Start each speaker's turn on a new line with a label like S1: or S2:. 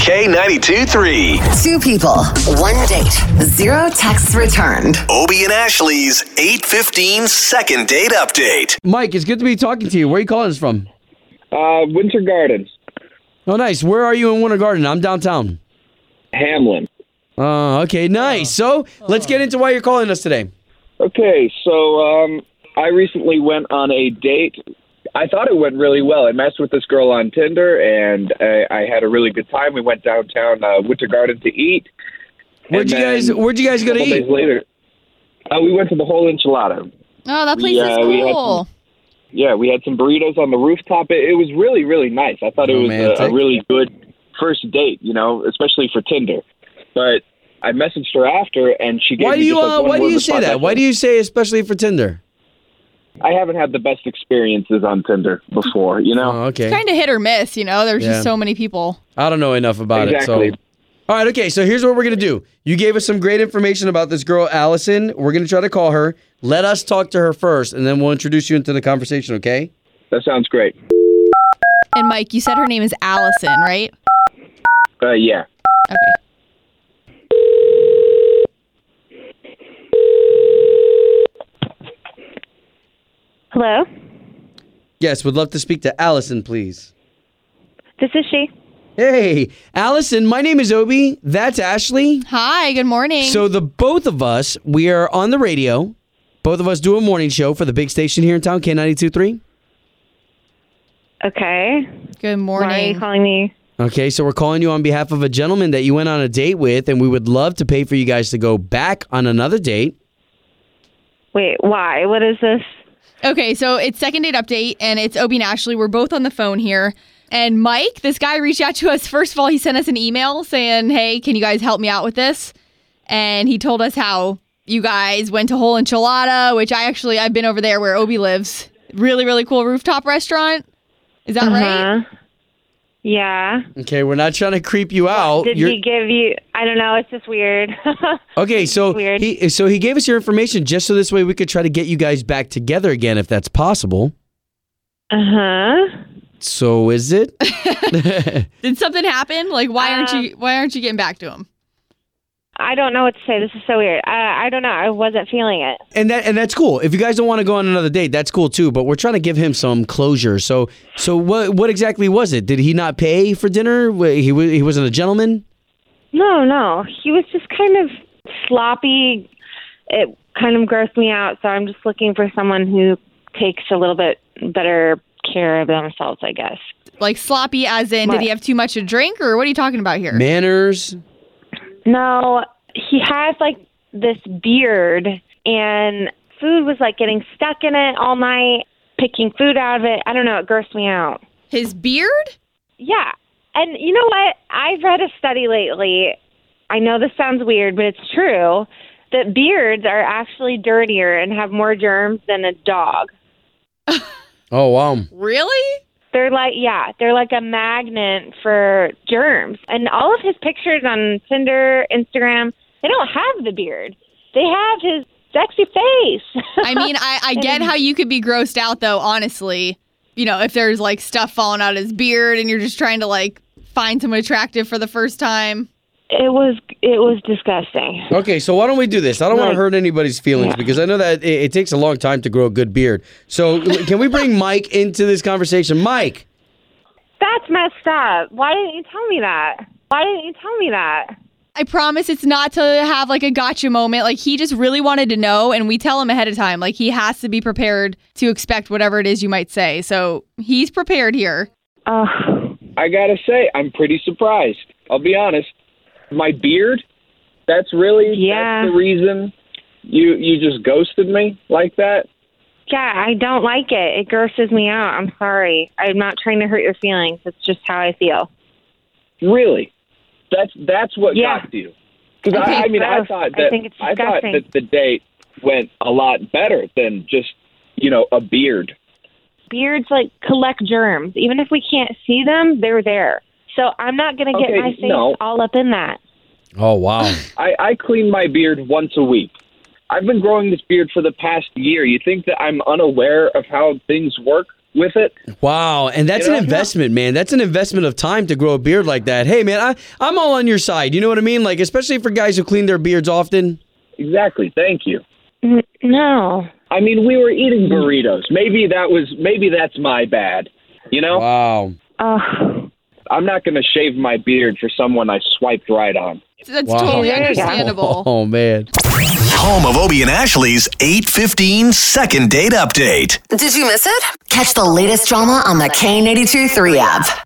S1: K92 3.
S2: Two people, one date, zero texts returned.
S1: Obie and Ashley's 815 second date update.
S3: Mike, it's good to be talking to you. Where are you calling us from?
S4: Uh, Winter Gardens,
S3: Oh, nice. Where are you in Winter Garden? I'm downtown.
S4: Hamlin.
S3: Uh, okay, nice. So let's get into why you're calling us today.
S4: Okay, so um, I recently went on a date. I thought it went really well. I messed with this girl on Tinder, and I, I had a really good time. We went downtown uh, Winter Garden to eat.
S3: Where'd you
S4: And
S3: guys
S4: then
S3: Where'd you guys go to
S4: a couple
S3: eat?
S4: Days later, uh, we went to the whole enchilada.
S5: Oh, that place
S4: We, uh,
S5: is
S4: we had
S5: cool.
S4: Yeah, we had some burritos on the rooftop. It, it was really, really nice. I thought it was a, a
S3: Romantic.
S4: really good first date, you know, especially for Tinder. But I messaged her after, and she gave
S3: Why do
S4: me
S3: you
S4: just, like,
S3: uh,
S4: one
S3: Why do
S4: word
S3: you say
S4: response. I
S3: that? Why
S4: said,
S3: do you say especially for Tinder?
S4: I haven't had the best experiences on Tinder before, you know?
S3: Oh, okay.
S5: It's kind of hit or miss, you know. There's
S3: Yeah.
S5: just so many people.
S3: I don't know enough about
S4: Exactly.
S3: it. So. All right, okay, so here's what we're going to do. You gave us some great information about this girl, Allison. We're going to try to call her. Let us talk to her first, and then we'll introduce you into the conversation, okay?
S4: That sounds great.
S5: And Mike, you said her name is Allison, right?
S4: Uh, yeah.
S5: Okay.
S6: Hello,
S3: Yes, would love to speak to Allison, please.
S6: this is she.
S3: Hey, Allison, my name is Obi. That's Ashley.
S5: Hi. Good morning.
S3: So the both of us, we are on the radio. Both of us do a morning show for the big station here in town, K92.3.
S6: Okay.
S5: good
S6: Why are you
S5: morning.
S6: calling me?
S3: Okay, so we're calling you on behalf of a gentleman that you went on a date with, and we would love to pay for you guys to go back on another date.
S6: Wait, why? What is this?
S5: Okay, so it's second date update, and it's Obie and Ashley. We're both on the phone here. And Mike, this guy reached out to us. First of all, he sent us an email saying, "Hey, can you guys help me out with this?" And he told us how you guys went to Whole Enchilada, which I actually I've been over there where Obie lives. Really, really cool rooftop restaurant. Is that
S6: Uh-huh.
S5: right?
S6: Huh? Yeah.
S3: Okay, we're not trying to creep you out.
S6: Did
S3: You're-
S6: he give you? I don't know. It's just weird.
S3: okay, so
S6: Weird.
S3: he so he gave us your information just so this way we could try to get you guys back together again if that's possible.
S6: Uh huh.
S3: So is it?
S5: Did something happen? Like, why aren't
S6: Um,
S5: you why aren't you getting back to him?
S6: I don't know what to say. This is so weird. I I don't know. I wasn't feeling it.
S3: and that and that's cool. If you guys don't want to go on another date, that's cool too. But we're trying to give him some closure. So so what what exactly was it? Did he not pay for dinner? Wa- He wa- he wasn't a gentleman.
S6: No, no. He was just kind of sloppy. It kind of grossed me out. So I'm just looking for someone who takes a little bit better care of themselves. I guess.
S5: Like sloppy, as in, did
S6: What?
S5: he have too much to drink, or what are you talking about here?
S3: Manners.
S6: No, he has like this beard, and food was like getting stuck in it all night, picking food out of it. I don't know, it grossed me out.
S5: His beard?
S6: Yeah. And you know what? I've read a study lately. I know this sounds weird, but it's true that beards are actually dirtier and have more germs than a dog.
S3: Oh wow.
S5: Really?
S6: They're like, yeah, they're like a magnet for germs. And all of his pictures on Tinder, Instagram, they don't have the beard. They have his sexy face.
S5: I mean, I, I get how you could be grossed out, though, honestly. You know, if there's like stuff falling out of his beard and you're just trying to like find someone attractive for the first time.
S6: it was it was disgusting.
S3: Okay, so why don't we do this? I don't want to
S6: Right.
S3: hurt anybody's feelings because I know that it, it takes a long time to grow a good beard. So l- can we bring Mike into this conversation? Mike.
S6: That's messed up. Why didn't you tell me that? Why didn't you tell me that?
S5: I promise it's not to have like a gotcha moment. Like, he just really wanted to know, and we tell him ahead of time. Like, he has to be prepared to expect whatever it is you might say. So he's prepared here.
S6: Oh,
S4: I gotta say, I'm pretty surprised. I'll be honest. My beard, that's really
S6: Yeah.
S4: that's the reason you you just ghosted me like that.
S6: yeah, I don't like it. It grosses me out. I'm sorry. I'm not trying to hurt your feelings. It's just how I feel.
S4: Really? That's that's what
S6: Yeah.
S4: got you. Because
S6: Okay,
S4: I, I mean, I
S6: gross.
S4: thought
S6: I
S4: that
S6: think it's
S4: I thought
S6: disgusting.
S4: that the date went a lot better than just you know a beard.
S6: Beards like collect germs. Even if we can't see them, they're there. So I'm not going to get
S4: Okay,
S6: my face
S4: no.
S6: all up in that.
S3: Oh wow.
S4: I, I clean my beard once a week. I've been growing this beard for the past year. You think that I'm unaware of how things work? with it.
S3: Wow, and that's
S4: You know?
S3: an investment, man. That's an investment of time to grow a beard like that. Hey, man, I, I'm all on your side. You know what I mean? Like, especially for guys who clean their beards often.
S4: Exactly. Thank you.
S6: N- No.
S4: I mean, we were eating burritos. Maybe that was maybe that's my bad. You know,
S3: Wow.
S6: Oh,
S4: I'm not going to shave my beard for someone I swiped right on.
S5: That's
S3: Wow.
S5: totally
S6: There you go.
S5: understandable.
S3: Oh man.
S1: Home of Obie and Ashley's 815 second date update.
S2: Did you miss it? Catch the latest drama on the K82 3 app.